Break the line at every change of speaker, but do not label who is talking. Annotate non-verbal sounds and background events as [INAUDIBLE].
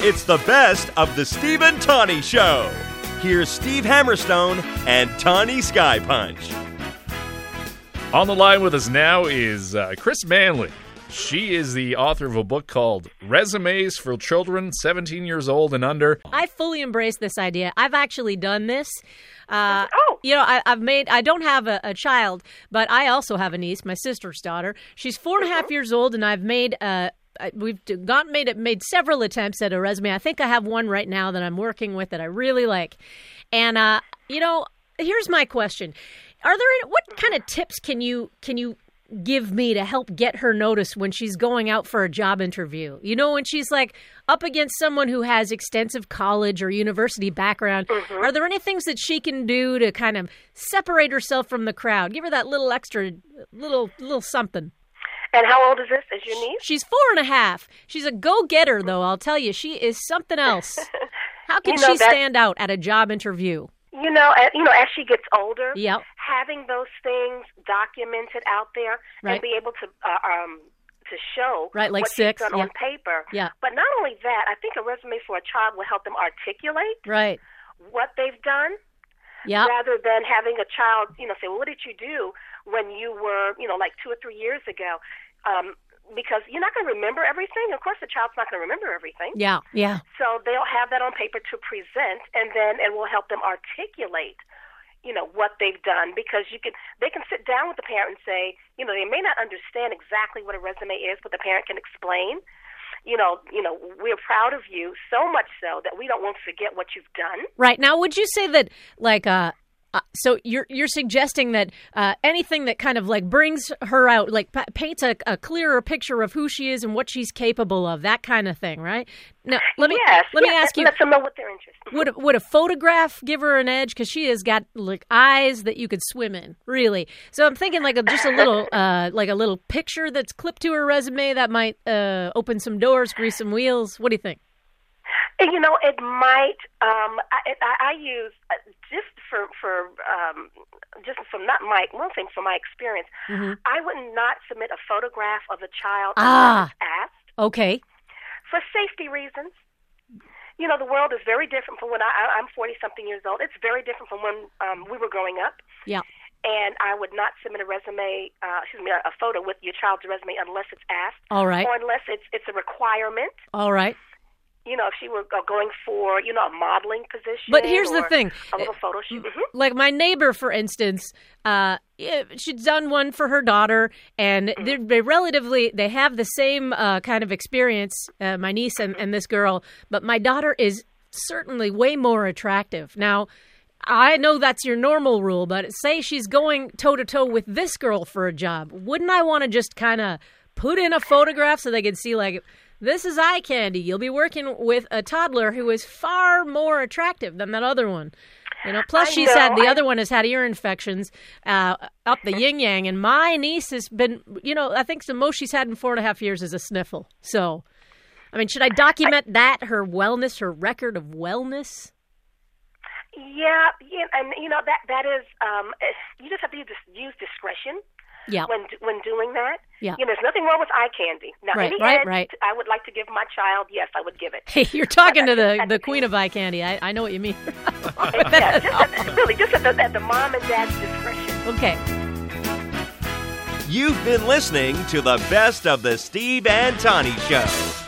It's the best of the Steve and Tawny Show. Here's Steve Hammerstone and Tawny Sky Punch.
On the line with us now is uh, Chris Manley. She is the author of a book called Resumes for Children 17 Years Old and Under.
I fully embrace this idea. I've actually done this. Uh,
Oh.
You know, I, I've made, I don't have a, a child, but I also have a niece, my sister's daughter. She's four and a half years old, and I've made, uh, I- we've d- gone, made, made several attempts at a resume. I think I have one right now that I'm working with that I really like. And, uh, you know, here's my question. Are there any, what kind of tips can you can you give me to help get her notice when she's going out for a job interview. You know, when she's like up against someone who has extensive college or university background,
Mm-hmm.
are there any things that she can do to kind of separate herself from the crowd? Give her that little extra, little, little something.
And how old is this? Is your niece?
She's four and a half. She's a go getter, though, I'll tell you. She is something
[LAUGHS]
else. How can
You know
she
that-
stand out at a job interview?
You know, as, you know, as she gets older,
Yep.
having those things documented out there
Right.
and be able to uh, um to show
Right, like
what
six,
she's done
yeah.
on paper.
Yeah.
But not only that, I think a resume for a child will help them articulate
Right.
what they've done
Yeah.
rather than having a child, you know, say, well, "What did you do when you were, you know, like two or three years ago?" Um, because you're not going to remember everything. Of course, the child's not going to remember everything.
Yeah. Yeah.
So they'll have that on paper to present, and then it will help them articulate, you know, what they've done because you can they can sit down with the parent and say, you know, they may not understand exactly what a resume is, but the parent can explain. You know, you know, we're proud of you so much so that we don't want to forget what you've done.
Right now, would you say that like uh, uh so you're you're suggesting that uh, anything that kind of like brings her out, like pa- paints a, a clearer picture of who she is and what she's capable of, that kind of thing, right? Now, let me
yes,
let me
yes,
ask you.
Let them know what their interest.
Would would a photograph give her an edge? Because she has got like eyes that you could swim in, really. So I'm thinking like a, just a little [LAUGHS] uh, like a little picture that's clipped to her resume that might uh, open some doors, grease some wheels. What do you think?
And, you know, it might. Um, I, it- I, I use uh, just for for um, just from not my one thing from my experience.
Mm-hmm.
I would not submit a photograph of a child
Ah.
unless asked
Okay,
for safety reasons. You know, the world is very different from when I, I, I'm 40 something years old. It's very different from when um, we were growing up.
yeah,
And I would not submit a resume, uh, excuse me, a, a photo with your child's resume unless it's asked,
all right,
or unless it's it's a requirement
all right.
you know, if she were uh, going for, you know, a modeling position.
But here's the
or
thing. Mm-hmm.
A little photo shoot. Mhm.
like my neighbor for instance uh yeah, she's done one for her daughter and they're, they relatively they have the same uh, kind of experience uh, my niece and, and this girl but my daughter is certainly way more attractive now i know that's your normal rule but say she's going toe to toe with this girl for a job wouldn't i want to just kind of put in a photograph so they could see like this is eye candy you'll be working with a toddler who is far more attractive than that other one you know, plus
I
she's had
know,
the
I-
other one has had ear infections uh, up the yin yang, and my niece has been, you know, I think the most she's had in four and a half years is a sniffle. So, I mean, should I document that her wellness, her record of wellness?
Yeah, yeah, and you know that that is um, eh, you just have to use, dis- use discretion
Yeah,
when d- when doing that.
Yeah.
you know, there's nothing wrong with eye candy. Now,
Right,
any
right,
edge
right.
I would like to give my child, yes, I would
[LAUGHS]
give it.
[LAUGHS] hey, you're talking to the
That's-
the queen of eye candy. I, I know what you mean. [LAUGHS]
yeah, just at the, really, just at the, at the mom and dad's discretion.
okay.
You've been listening to the best of the Steve and Tawny Show.